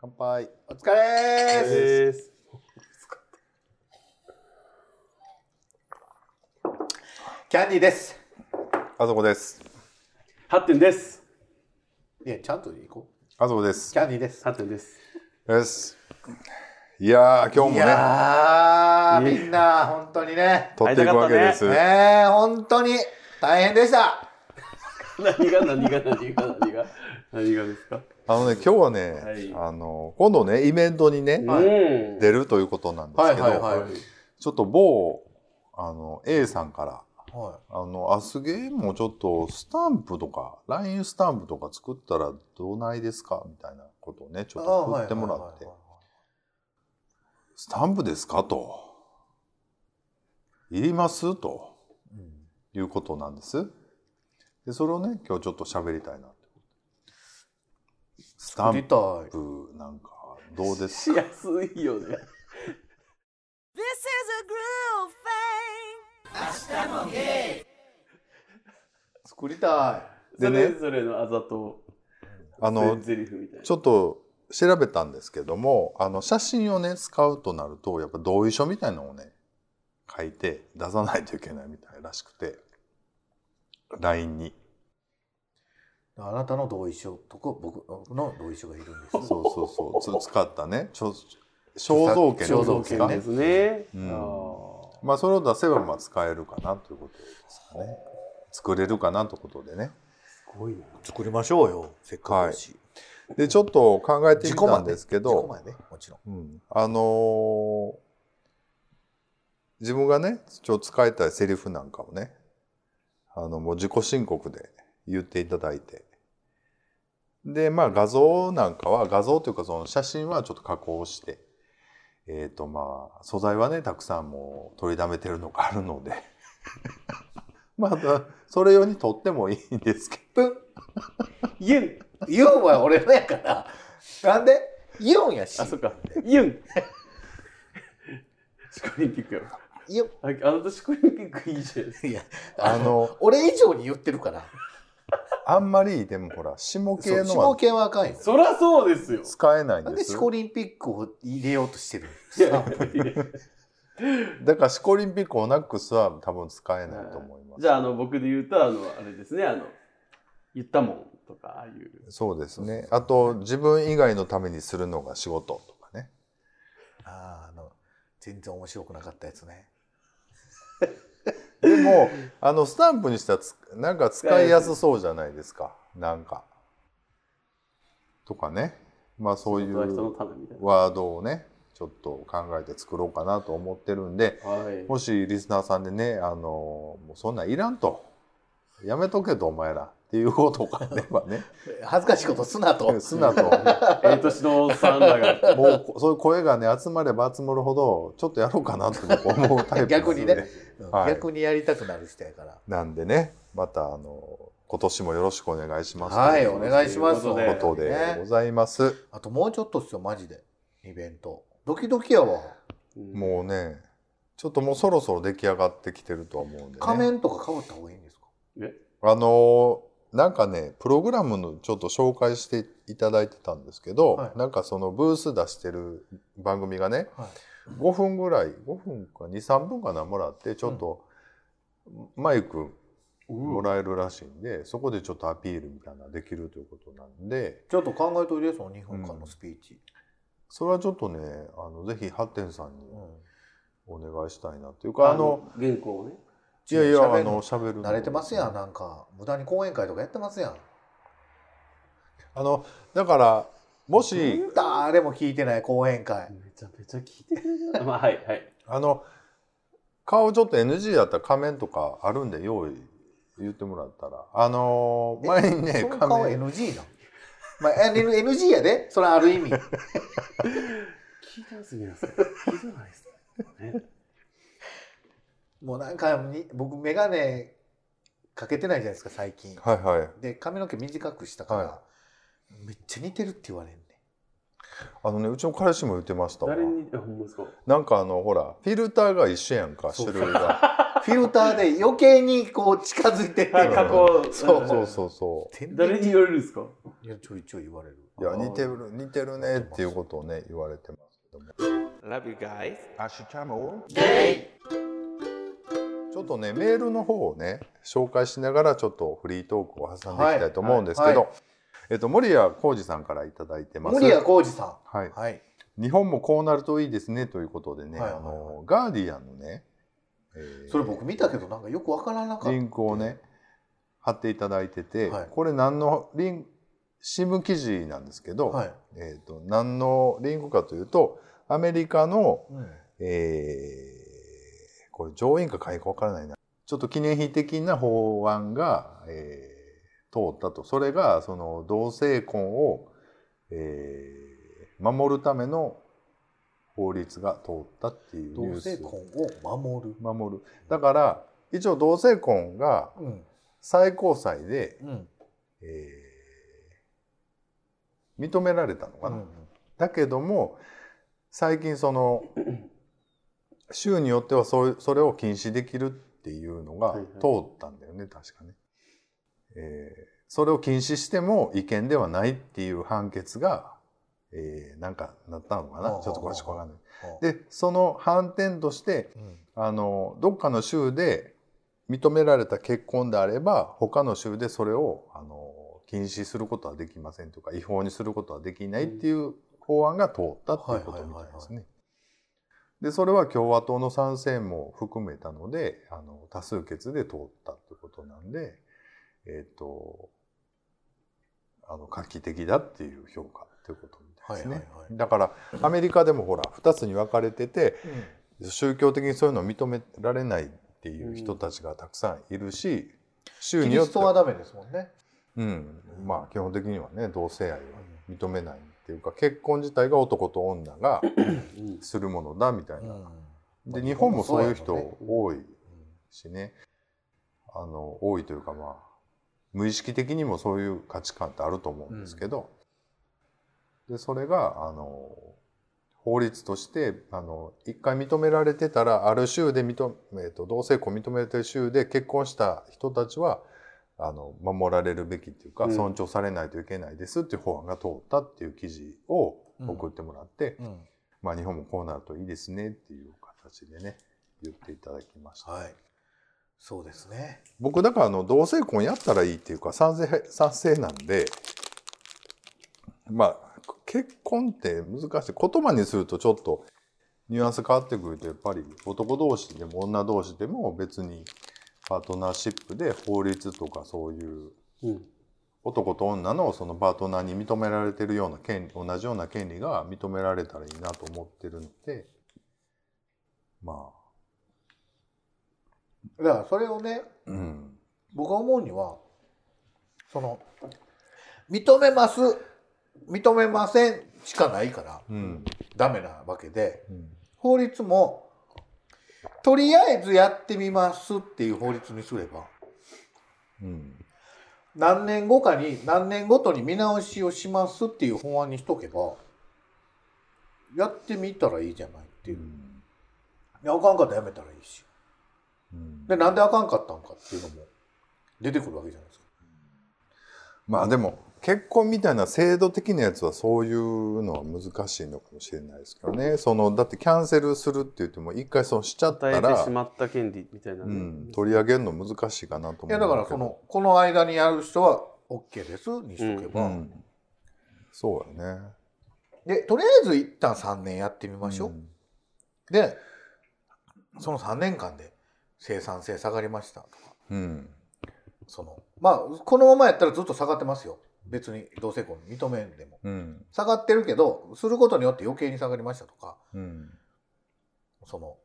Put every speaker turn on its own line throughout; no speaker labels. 乾杯。お疲れーす。
です。
キャンディーです。
あそこです。
8点です。
いや、ちゃんと行こう。
あそこです
キ。ャンディーです。
8点です。
です。いやー、今
い
日もね、
やー、みんな、本当にね。
撮っていくわけです。
ねえ、本当に大変でした。
何が何が何が何が何がですか。
あのね、今日はね、
はい
あの、今度ね、イベントにね、
はい
うん。
出るということなんですけど、
はい
ちょっと某、あの、A さんから、
は
あの、アスゲームをちょっとスタンプとか、LINE スタンプとか作ったらどないですかみたいなことをね、ちょっと送ってもらって、スタンプですかと。いりますと。いうことなんです。で、それをね、今日ちょっと喋りたいなってスタ
出
ン
たい。
プなんかどうです
しやすいよね。
This is a groove thing.
作りた
そ
でね
れぞれのあざと
あの、
ゼリフみたいな。
ちょっと調べたんですけども、あの、写真をね、使うとなると、やっぱ同意書みたいなのをね、書いて出さないといけないみたいらしくて、LINE に。
い。あなたの同意書とか僕の同意書がいるんです。
そうそうそう、つ使ったね、ちょ肖像権
肖像
です
権
か
で。すね。
うん
あ
まあ、それを出せばまあ使えるかなということですかね。作れるかなということでね。
ーすごいな。
作りましょうよ。せっ
かくだ
し。
でちょっと考えてみ
自己
た
満
んですけど、
自己満ね、もちろん。
うん、あのー自分がねちょっと使いたいセリフなんかをねあのもう自己申告で言っていただいてでまあ画像なんかは画像というかその写真はちょっと加工してえっ、とまあ素材はねたくさんもう取りだめてるのがあるので まあそれ用に撮ってもいいんですけど
ユン。
ユンは俺のやから。なんでユンやし
あ、。そっか。ユン。 シコリンピックやろ。
ユ
ああなたシコリンピックいいじゃないですか。
ン。いや、
あの
俺以上に言ってるから。
あんまりでもほら下
そ
系
う、
のは
下系はあかんよ。
そらそうですよ。
使えないん
なん
で
ですシコリンピックを入れようとしてる
いやいやいや
だからシコリンピックオナックスは多分使えないと思います、
じゃあ、あの、僕で言うと、あの、あれですね、あの、言ったもんとか、ああいう。
そうですねあと自分以外のためにするのが仕事とかね
あーあの全然面白くなかったやつね
でもあのスタンプにしたらつなんか使いやすそうじゃないですかなんかとかねまあそうい
人は人の
う
ためみたいな。
ワードをねちょっと考えて作ろうかなと思ってるんで
はい。
もしリスナーさんでねあのもうそんなんいらんとやめとけとお前らっていうことがあればね
恥ずかしいことすなと
素直と
ええ年のおっさんらが。
もうこそういう声がね集まれば集まるほどちょっとやろうかなって僕思うタイプ
逆にね
なんで
うん
はい
逆にやりたくなる人やから
なんでねまたあの今年もよろしくお願いします
はい
と
お願いします
という
い
お
うことでございます、
あともうちょっとっすよマジでイベントドキドキやわ
も
もうねちょっともうそろそろ出来上がってきてるとは思うんで、ね、
仮面とかかぶった方がいいんですか
あのなんかねプログラムのちょっと紹介していただいてたんですけど、
はい
なんかそのブース出してる番組がね、
はい
5分ぐらい5分か23分かなもらってちょっと、マイクもらえるらしいんで、そこでちょっとアピールみたいなのできるということなんで
ちょっと考えといてその2分間のスピーチ、
それはちょっとねあのぜひハッテンさんに
うん
お願いしたいなっていうかあの、
原稿をね。
いやいや
喋る
あの喋るの
慣れてますやんなんか無駄に講演会とかやってますやん
あのだからもし
誰も聞いてない講演会
めちゃめちゃ聞いてくれるな。まあ、はい、はい。
あの顔ちょっと NG だったら仮面とかあるんで用意言ってもらったらあの
え
前にね
その
仮
顔
面
NG なのまあ、N- NG やでそれはある意味
聞いてます、皆さん。聞いてないですね。ね
もうなんかに僕眼鏡かけてないじゃないですか最近
はいはい
で髪の毛短くしたから、
は
めっちゃ似てるって言われんね
あのねうちの彼氏も言ってましたわ
誰に、あ、ほんまですか。
なんかあのほらフィルターが一緒やんか種類が。
フィルターで余計にこう近づいてって
はい、加工。
そう
あ
そうそうそ
全然
誰に言われるんですか
いやちょいちょい言われる
いや似てる似てるねっていうことをね言われてますけども
Love you guys.
アシュチャムちょっとねメールの方をね紹介しながらちょっとフリートークを挟んでいきたいと思うんですけど、
はい
えっと森谷浩二さんからいただいてます
森谷浩二さ
はい
ん。はい。
日本もこうなるといいですねということでね、
はい
あのガーディアンのね、えー
それ僕見たけどなんかよくわからなかった。
リンクをね貼っていただいてて、
はい
これ何のリン新聞記事なんですけど、
はい。
えー、と何のリンクかというとアメリカの、
うん
えーこれ上院か下院か分からないなちょっと記念碑的な法案が、えー通ったとそれがその同性婚を、えー守るための法律が通ったっていうニュ
同
ー
性
ス
婚を守る。
守るだから一応同性婚が
うん。
最高裁で、
うん。
えー認められたのかな、
うん
だけども最近そ の州によってはそれそれを禁止できるっていうのが
はいはい
通ったんだよね、確かね、えーそれを禁止しても違憲ではないっていう判決が、えーなんかなったのかな
はあはあ
ちょっと詳しくわかんない。
はあ
でその反転として
うん
あのどっかの州で認められた結婚であれば他の州でそれをあの禁止することはできませんとか違法にすることはできないっていう法案が通ったっていうことみたいですね。でそれは共和党の賛成も含めたのであの多数決で通ったってことなんで、えっとあの画期的だっていう評価っていうことみたいですね。
はいはいはい
だからアメリカでもほら2つに分かれてて、宗教的にそういうのを認められないっていう人たちがたくさんいるし、州
キ
に
リ
よっ
ス
て
トはダメですもんね。
うん、まあ基本的にはね同性愛は認めないっていうか結婚自体が男と女が
うん
するものだみたいな。
まあ
で日本もそういう人
日本も
多いしねあの多いというかまあ無意識的にもそういう価値観ってあると思うんですけど、でそれがあの法律としてあの一回認められてたらある州で認め、えっと同性婚認められてる州で結婚した人たちはあの守られるべきっていうか、
うん
尊重されないといけないですっていう法案が通ったっていう記事を送ってもらって、
うんうん
まあ、日本もこうなるといいですねっていう形でね言っていただきました、
はい。そうですね。
僕だからあの同性婚やったらいいっていうか賛成賛成なんでまあ結婚って難しい言葉にするとちょっとニュアンス変わってくるとやっぱり男同士でも女同士でも別にパートナーシップで法律とかそういう
うん
男と女のそのパートナーに認められてるような権利同じような権利が認められたらいいなと思ってるのでま
だからそれをね、
あうん
僕が思うにはその認めます認めませんしかないから
うん
ダメなわけで
うん
法律もとりあえずやってみますっていう法律にすれば
うん
何年後かに何年ごとに見直しをしますっていう法案にしとけばやってみたらいいじゃないっていう、いやあかんかったらやめたらいいし
うん
でなんであかんかったんかっていうのも出てくるわけじゃないですか。
まあでも結婚みたいな制度的なやつはそういうのは難しいのかもしれないですけどねそのだってキャンセルするって言っても一回そうしちゃった
与えて
ら
し、まった権利みたいな
う
ね。
ん、取り上げるの難しいかなと思う
いやだからそのこの間にやる人は OK ですにしとけ
う
ば、
んそうだね
でとりあえず一旦3年やってみましょう、
うん
でその3年間で生産性下がりましたとか
うん
そのまあこのままやったらずっと下がってますよ別に同性婚認めんでも
うん
下がってるけどすることによって余計に下がりましたとか
うん
その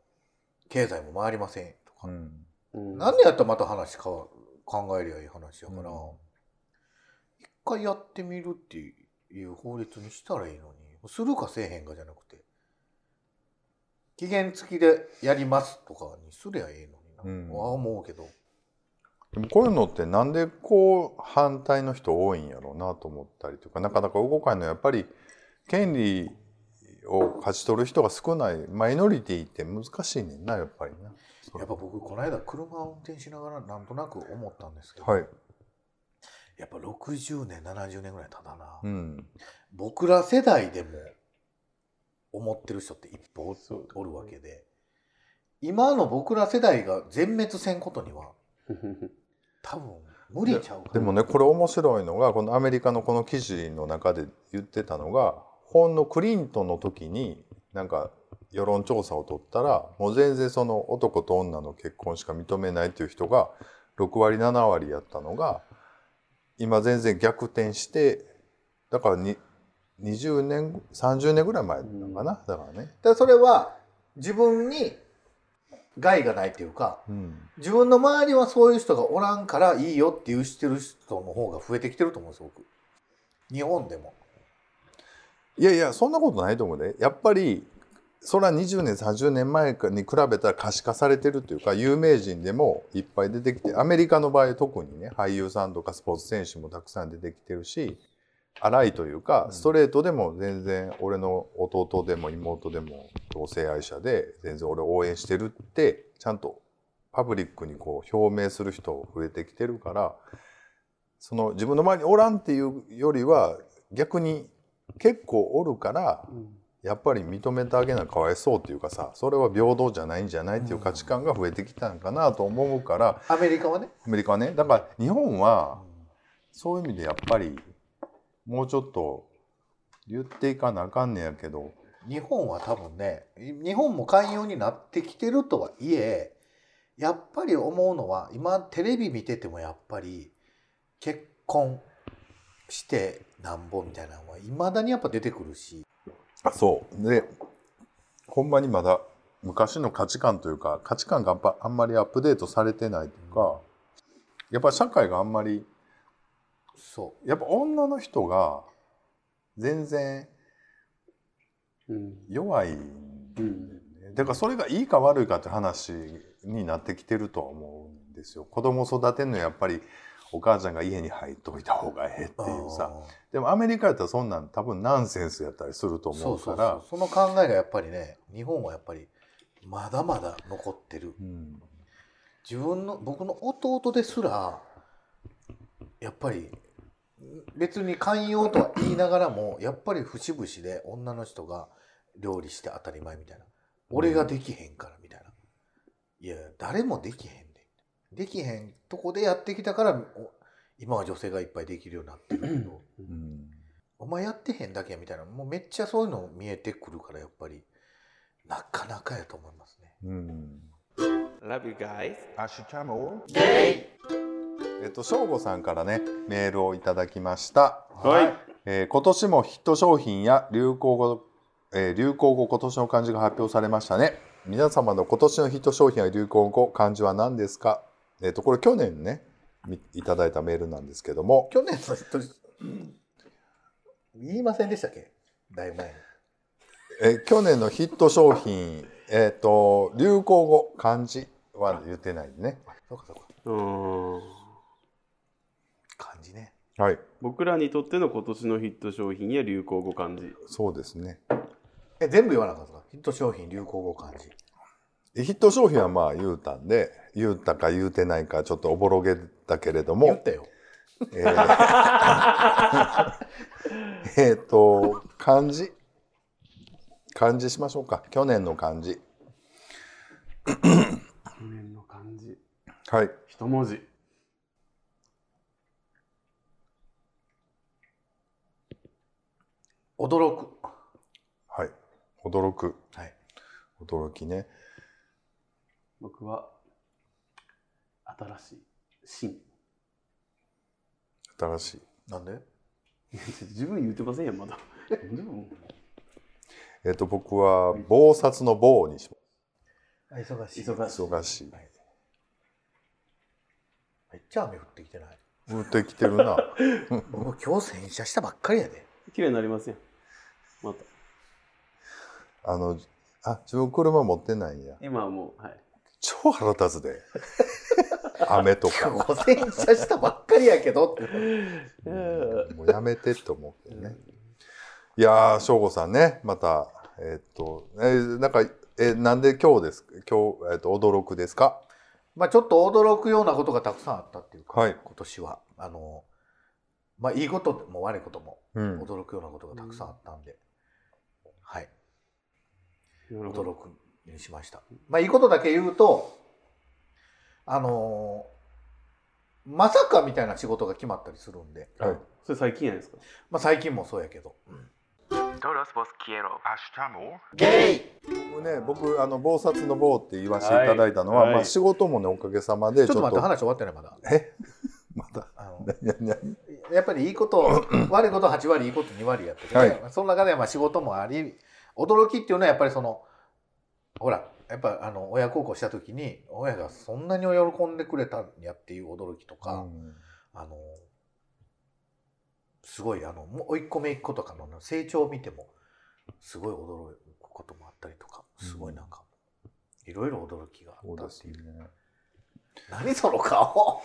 経済も回りませんとか、
うん
うん
なんでやったらまた話か考えりゃいい話やから、
うん
一回やってみるっていう法律にしたらいいのにするかせえへんかじゃなくて期限付きでやりますとかにすりゃいいのにな、
うん
は思うけど
でもこういうのってなんでこう反対の人多いんやろうなと思ったりとかなかなか動かないのはやっぱり権利を勝ち取る人が少ないマイノリティって難しいねんなやっぱりな。
やっぱ僕この間車を運転しながらなんとなく思ったんですけど、
はい。
やっぱ60年70年ぐらい経ったな、
うん。
僕ら世代でも思ってる人って一歩
そう
おるわけで今の僕ら世代が全滅せんことには多分無理ちゃうかな
でもねこれ面白いのがこのアメリカのこの記事の中で言ってたのがほんのクリントンの時になんか世論調査を取ったらもう全然その男と女の結婚しか認めないっていう人が6割7割やったのが今全然逆転してだからに20年30年ぐらい前なのかなだからね。
だからそれは自分に害がないっていうか
うん
自分の周りはそういう人がおらんからいいよっていうしてる人の方が増えてきてると思うんです僕日本でも
いやいやそんなことないと思うでやっぱりそれは20年30年前に比べたら可視化されてるというか有名人でもいっぱい出てきてアメリカの場合特にね俳優さんとかスポーツ選手もたくさん出てきてるし荒いというかストレートでも全然俺の弟でも妹でも同性愛者で全然俺応援してるってちゃんとパブリックにこう表明する人増えてきてるからその自分の前におらんっていうよりは逆に結構おるからやっぱり認めてあげなかわいそうっていうかさそれは平等じゃないんじゃないっていう価値観が増えてきたんかなと思うから
アメリカはね
アメリカはねだから日本はそういう意味でやっぱりもうちょっと言っていかなあかんねやけど
日本は多分ね日本も寛容になってきてるとはいえやっぱり思うのは今テレビ見ててもやっぱり結婚してなんぼみたいなのはいまだにやっぱ出てくるし
あそうでほんまにまだ昔の価値観というか価値観がやっぱあんまりアップデートされてないというかやっぱ社会があんまり
そ
やっぱ女の人が全然弱いだからそれがいいか悪いかって話になってきてるとは思うんですよ。子供育てんのやっぱりお母ちゃんが家に入っといた方がええっ
う
ていうさ
ん
でもアメリカやったらそんなん多分ナンセンスやったりすると
そ
思
う
う
そ
か
う
ら
そうその考えがやっぱりね日本はやっぱりまだまだ残ってる
うん
自分の僕の弟ですらやっぱり別に寛容とは言いながらもやっぱり節々で女の人が料理して当たり前みたいな俺ができへんからみたいないや誰もできへんでできへんとこでやってきたからお今は女性がいっぱいできるようになってるけど
うん
お前やってへんだけやみたいなもうめっちゃそういうの見えてくるからやっぱりなかなかやと思いますね。
うん、
Love you guys.
アッシュチャムえっと省吾さんからねメールをいただきました。
はい。
えー今年もヒット商品や流行語、えー流行語今年の漢字が発表されましたね皆様の今年のヒット商品や流行語漢字は何ですかえっ、とこれ去年ねみいただいたメールなんですけども
去年の人、言いませんでしたっけだいぶ前に。
えー去年のヒット商品えっ、と流行語漢字は言ってないね
そうかそうか。
うん
漢字ね。
はい
僕らにとっての今年のヒット商品や流行語漢字。
そうですね
え、全部言わなかったですかヒット商品、流行語、漢字。
えヒット商品はまあ言うたんで言うたか言うてないかちょっとおぼろげだけれども
言ったよ。
えー えーと漢字漢字しましょうか去年の漢字
去年の漢字。
はい
一文字。
驚く。
はい驚く
はい。
驚きね
僕は、新しい。新。
新しい
なんで
自分言ってませんやんまだ。でも
えっ、と僕は忙殺の棒にしま
忙し
忙し
す忙しい
めっちゃ雨降ってきてない。
降ってきてるな
僕今日洗車したばっかりやで。
い。綺麗になりません。また。
あのあ自分車持ってないんや
今はもう、はい。
超腹立つ で雨とか
今日洗車したばっかりやけどって。
うん
もうやめてって思うけどね。いやー、省吾さんね、また、えーっと、えーなんか、えーなんで今日です今日、えーっと、驚くですか
まあちょっと驚くようなことがたくさんあったっていうか、
はい
今年は。あの、まあいいことも悪いことも
うん。
驚くようなことがたくさんあったんで、はい
なるほど
驚くにしました。まあいいことだけ言うとあのーまさかみたいな仕事が決まったりするんで、
はい
それ最近やないですか
まあ、最近もそうやけど、
Todos vos quiero. Ashtamo.
ゲイ
僕ね、僕あの暴殺の棒って言わせていただいたのは、
はい
まあ仕事もねおかげさまで
ちょっと待って話終わってないまだ
えまた
あの
何何
やっぱりいいこと 悪いこと8割いいこと2割やってて、
はい
その中でまあ仕事もあり驚きっていうのはやっぱりそのほらやっぱあの親孝行した時に親がそんなに喜んでくれたんやっていう驚きとか、
うん
あのすごいあのもう一個目一個とかの成長を見てもすごい驚くこともあったりとかすごいなんか、いろいろ驚きがあ
そう
った
で
っ
す
てい
ね
う。何その顔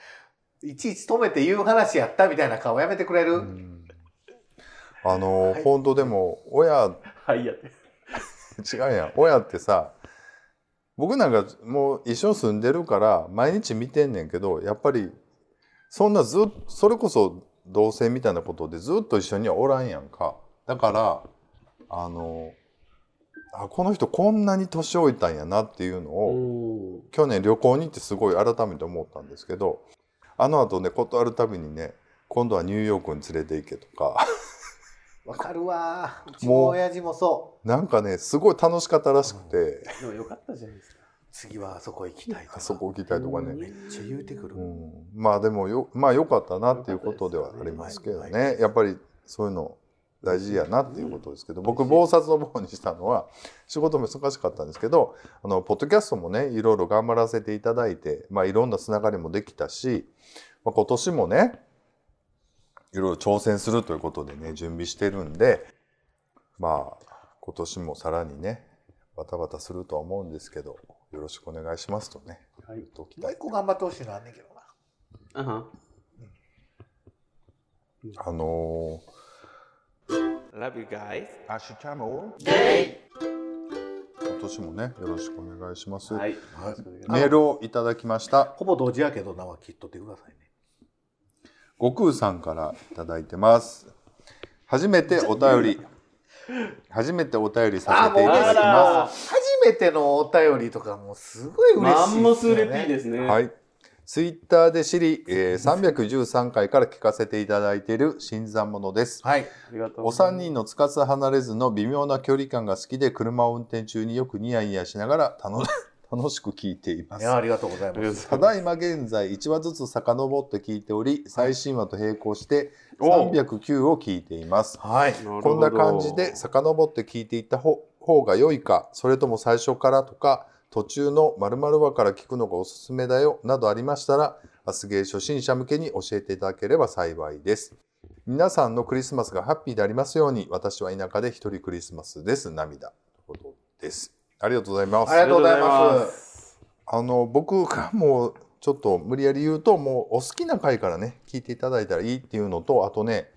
いちいち止めて言う話やったみたいな顔やめてくれる、
うんあの、
はい
本当でも親
はいやって
違うやん親ってさ僕なんかもう一緒に住んでるから毎日見てんねんけどやっぱりそんなずっそれこそ同棲みたいなことでずっと一緒にはおらんやんかだからあのあこの人こんなに年老いたんやなっていうのを、
お
去年旅行に行ってすごい改めて思ったんですけどあの後ね断るたびにね今度はニューヨークに連れて行けとか
わかるわーうち
も
の
う
親父もそう
なんかねすごい楽しかったらしくて、
でもよかったじゃないですか
次はあそこ行きたいとか
あそこ行きたいとかね、
めっちゃ言うてくる、
うん、まあでもよまあ良かったなっていうことではありますけどね、
良かったですよね
やっぱりそういうの大事やなっていうことですけど、僕暴殺の方にしたのは仕事も忙しかったんですけどあのポッドキャストもねいろいろ頑張らせていただいて、まあ、いろんなつながりもできたし、まあ、今年もねいろいろ挑戦するということでね準備してるんでまあ今年もさらにねバタバタするとは思うんですけどよろしくお願いしますとね
はい
言っておき
も
た
う
い
一個頑張ってほしいのあんねんけどな
あは
あのー
Love you guys. Ashtamo.
今年もねよろしくお願いします、
はいよ
はい
ろしくお願いします
メールをいただきました
ほぼ同時やけどなはきっとってくださいね
悟空さんからいただいてます初めてお便り初めてお便りさせていた
あ
だき
ら
ま
もう初めてのお便りとかもうすごい嬉しい
マンモスレピー
す
ですね
すはいツイッターで知り、えー313回から聞かせていただいている新参者です
よねはい
ありがとう
お三人のつかず離れずの微妙な距離感が好きで車を運転中によくニヤニヤしながら楽楽しく聞いていま
い
す
やありがとうございます
ただいま現在1話ずつ遡って聞いており最新話と並行して
お
309を聞いています
はい
こんな感じで遡って聞いていった方方が良いかそれとも最初からとか途中の〇〇話から聞くのがおすすめだよなどありましたらアスゲー初心者向けに教えていただければ幸いです皆さんのクリスマスがハッピーでありますように私は田舎で一人クリスマスです涙ということですありがとうございます
ありがとうございます
あの僕がもうちょっと無理やり言うともうお好きな回からね聞いていただいたらいいっていうのとあとね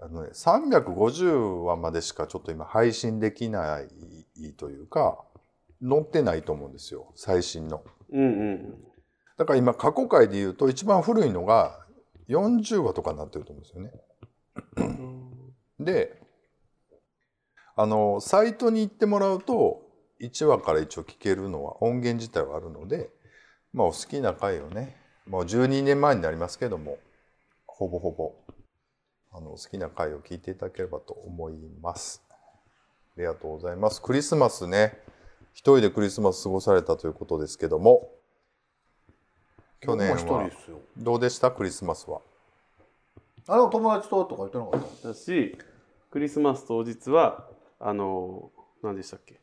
あのね350話までしかちょっと今配信できないというか載ってないと思うんですよ最新の。
うんうん
だから今過去回で言うと一番古いのが40話とかになってると思うんですよね。
うん
であのサイトに行ってもらうと1話から一応聞けるのは音源自体はあるので、まあ、お好きな回をねもう12年前になりますけどもほぼほぼあのお好きな回を聞いていただければと思います。ありがとうございます。クリスマスね一人でクリスマス過ごされたということですけども去年
僕も一
は
人ですよ
どうでしたクリスマスは。
あの友達ととか言ってなかった
だしクリスマス当日はあの何でしたっけ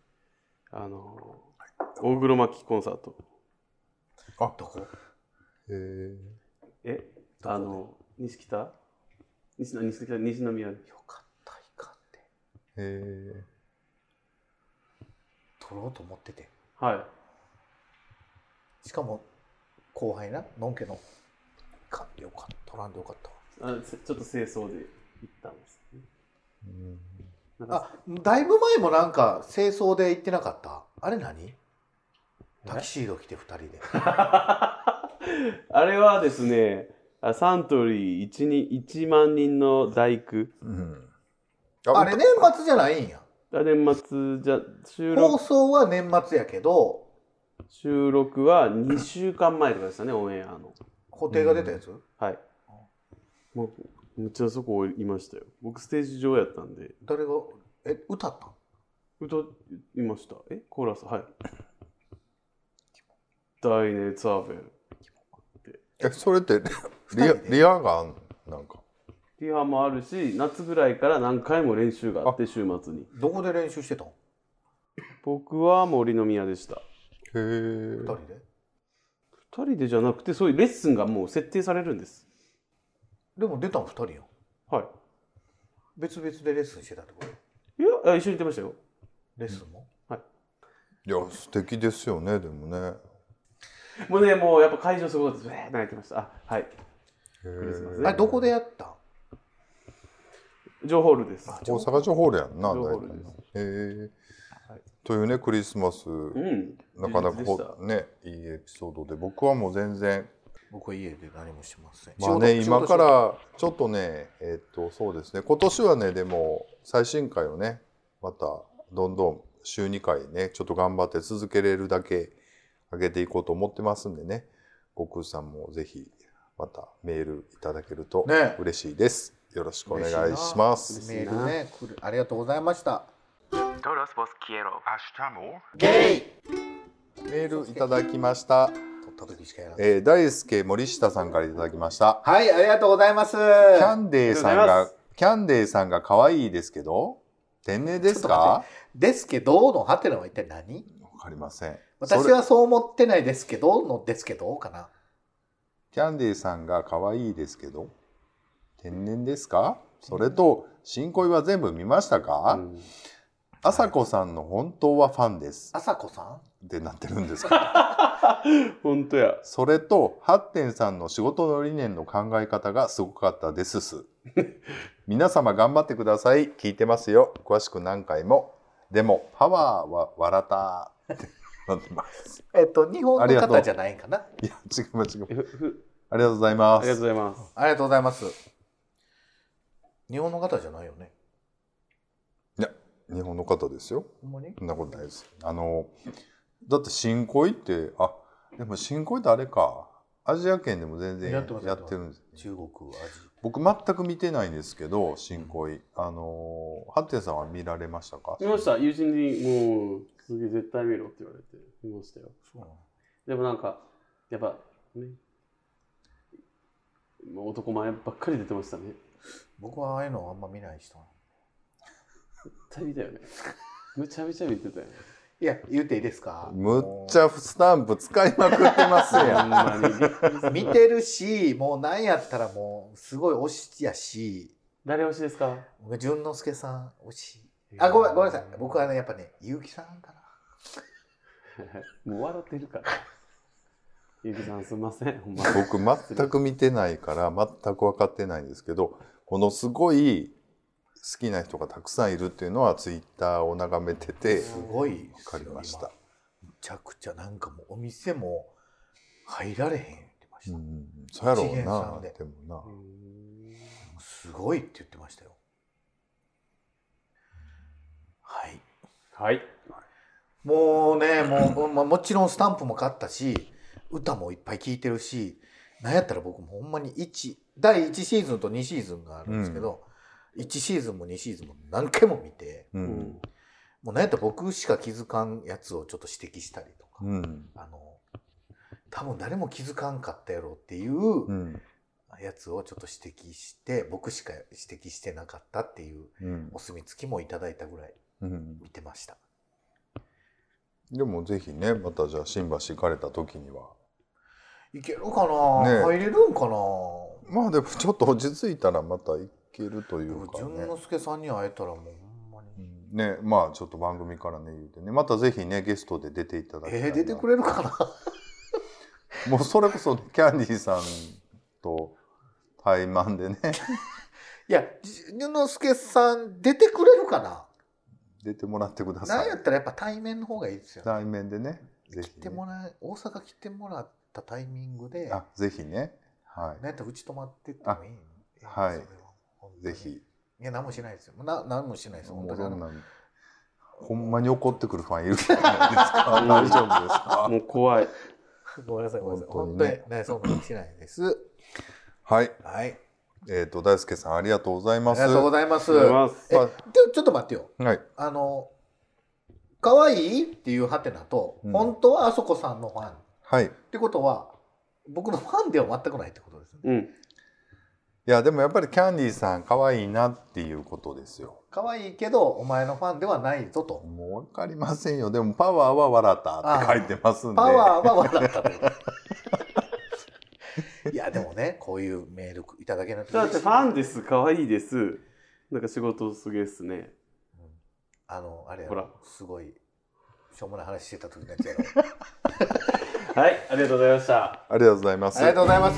あの大黒摩季コンサート
あ
どこ
へえ
えあの西北西西北西宮で
よかったいかって
へえ
撮ろうと思ってて
は
しかも後輩なのんけのかよかった取らんでよかったわ
いあのちょちょっと清掃で行ったんですね
うん
なんか
あだいぶ前もなんか清掃で行ってなかったあれ何タキシード着て2人で
あれはですね、あサントリー 1, に1万人の大工。
うん。
あれ年末じゃないんや
あ年末じゃ、収
放
録、
送は年末やけど
収録は2週間前とかでしたね、オンエアの。
固定が出たやつ、
はい。もう、めっちゃそこいましたよ。僕、ステージ上やったんで、
誰がえ歌ったん
歌いました。えコーラ ス、はい。大熱アベル。
え、それってリ
人
ア
で
リアがあんのなんか。
リハもあるし、夏ぐらいから何回も練習があって、週末に。
どこで練習してたん
僕は森の宮でした。
へ
二
え。
人で
二人でじゃなくて、そういうレッスンがもう設定されるんです。
でも出たん二人やん
はい。
別々でレッスンしてたってこと
いや、あ一緒に行ってましたよ。
レッスンも、
いや、素敵ですよね、でもね。
もうね、もうやっぱ会場すごかったです。えー泣いてました。あ、はい。
へ
クリスマス
ー
ね
あれどこでやったん
ジョーホールです。
大阪城ホールやんな、
ジョーホール
大
です
体へえ。というね、クリスマス、
うん。
なかな
充
か
実でした
こうね、いいエピソードで、僕はもう全然、
僕は家で何もしてません、
まあね、
仕事
今か、らちょっとね、えっと、そうですね、今年はね、でも、最新回をね、また、どんどん週2回ね、ちょっと頑張って続けれるだけ上げていこうと思ってますんでね、悟空さんもぜひ、またメールいただけると
ね
嬉しいです。よろしくお願いします。
メールね来るありがとうございましたゲイ
メールいただきました。
取った時しかやらない
えー、大輔森下さんからいただきました。
はいありがとうございま
キ
す
ャンデーさん
ありがとうございま
が
す、
キャンデーさんが可愛いですけど、天然ですか
ちょっと
わ
ですけどのハテナは一体何
かりません。そ
私
れ
はそう思ってないですけどのですけどかな
キャンデーさんが可愛いですけど、天然ですかそれと、新恋は全部見ましたか
うん
あさこさんの本当はファンです。
朝子さん
ってなってるんです か
本当や。
それと、ハッテンさんの仕事の理念の考え方がすごかったですす。皆様頑張ってください。聞いてますよ。詳しく何回も。でも、パワーは笑った。ってなってます。
えっと日本
あり
の
がとう
方じゃないんかない
や、違う違う。
えふふ
ありがとうござい
あ
ま
りがとう
す。
ございます。
ありがとうございます日本の方じゃないよね
日本の方ですよ。
ほんまに
そんなことないです。あの、だって新恋って、あ、でも新恋ってあれか。アジア圏でも全然
や
や
ってます
ってるんです。
中国味
僕全く見てないんですけど、新恋。あの、ハッテンさんは見られましたか
見ました。友人に、もう、次絶対見ろって言われて、見ましたよ。
そうなの
でもなんか、やっぱ、ね。もう男前ばっかり出てましたね。
僕はああいうのあんま見ない人なの
絶対見たよね。むちゃめちゃ見てたよ、ね。
いや言うていいですか
むっちゃスタンプ使いまくってます
ほ
や
ん
ん。
まにびっくりする。
見てるしもうなんやったらもうすごい推しやし
誰推しですか
僕淳之介さん推しあごめんごめんなさい僕はねやっぱね結城さんかな
もう笑ってるから。ゆきさんすみません。ほんま
僕全く見てないから全く分かってないんですけどこのすごい好きな人がたくさんいるっていうのはツイッターを眺めてて
すごい分
分かりました、
めちゃくちゃなんかもうお店も入られへんって言ってまし
う
た、
ん、そうやろう
一元さ
なん
で
でもな
すごいって言ってましたよはい
はい。
もうねもう、まあ、もちろんスタンプも買ったし歌もいっぱい聴いてるしなんやったら僕もほんまに1第1シーズンと2シーズンがあるんですけど、1シーズンも2シーズンも何回も見て
う
うんん。
もうなんやったら僕しか気づかんやつをちょっと指摘したりとか、
うん
あの多分誰も気づかんかったやろうっていう、
うん
やつをちょっと指摘して僕しか指摘してなかったっていう
うん
お墨付きもいただいたぐらい
うん
見てました
でもぜひねまたじゃあ新橋行かれた時にはい
けるかな、
ねえ
入れるんかな
まあでもちょっと落ち着いたらまた行けるというか
淳
ね
之介さんに会えたらもうほんま
う
に
んねまあちょっと番組からね言うてねまたぜひねゲストで出ていただきたいな
えー、出てくれるかな
もうそれこそキャンディーさんと対マンでね
いや淳之介さん出てくれるかな
出てもらってくださ
なん
い
やったらやっぱ対面の方がいいですよね
対面でねぜ
来
ひ
て
ね
もらえ大阪来てもらったタイミングで
あぜひねは
なんやったらうち泊まってってもいい
あはい
それ本当
い。
に
ぜひ。
いや何もしないですよな何もしないです
も
本
う
当に
そ
あ
ん
の
なんほんまに怒ってくるファンいるじゃないです か。大丈夫ですか
もう怖い。
ごめんなさいごめんなさい
本
本
当
当
に
に
ね
ねそんなのしないです
はい。
はい
えっ、と、大輔さんありがとうござい
あ
ま
り
す。
がとうございます
ありがとうございます
えちょちょっと待ってよ
はい。
あの可愛いっていうハテナと、
うん
本当はあそこさんのファンっ
はい。い
てことは僕のファンでは全くないってことですね
うん。
や、でもやっぱりキャンディーさん可愛いなっていうことですよ。
可愛いけどお前のファンではないぞと
もうわかりませんよ。でもパワーは笑ったって書いてますんで。
パワーは笑ったという いやでもねこういうメールいただけないと
だって
嬉しい
ファンです、可愛いです。なんか仕事すげえっすね。
あのあれや
ほら
ろすごいしょうもない話してた時のやつやろ
はい、ありがとうございました。
ありがとうございます。
ありがとうございます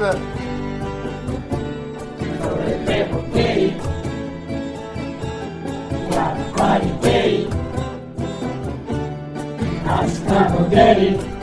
パリデイ明日もデイ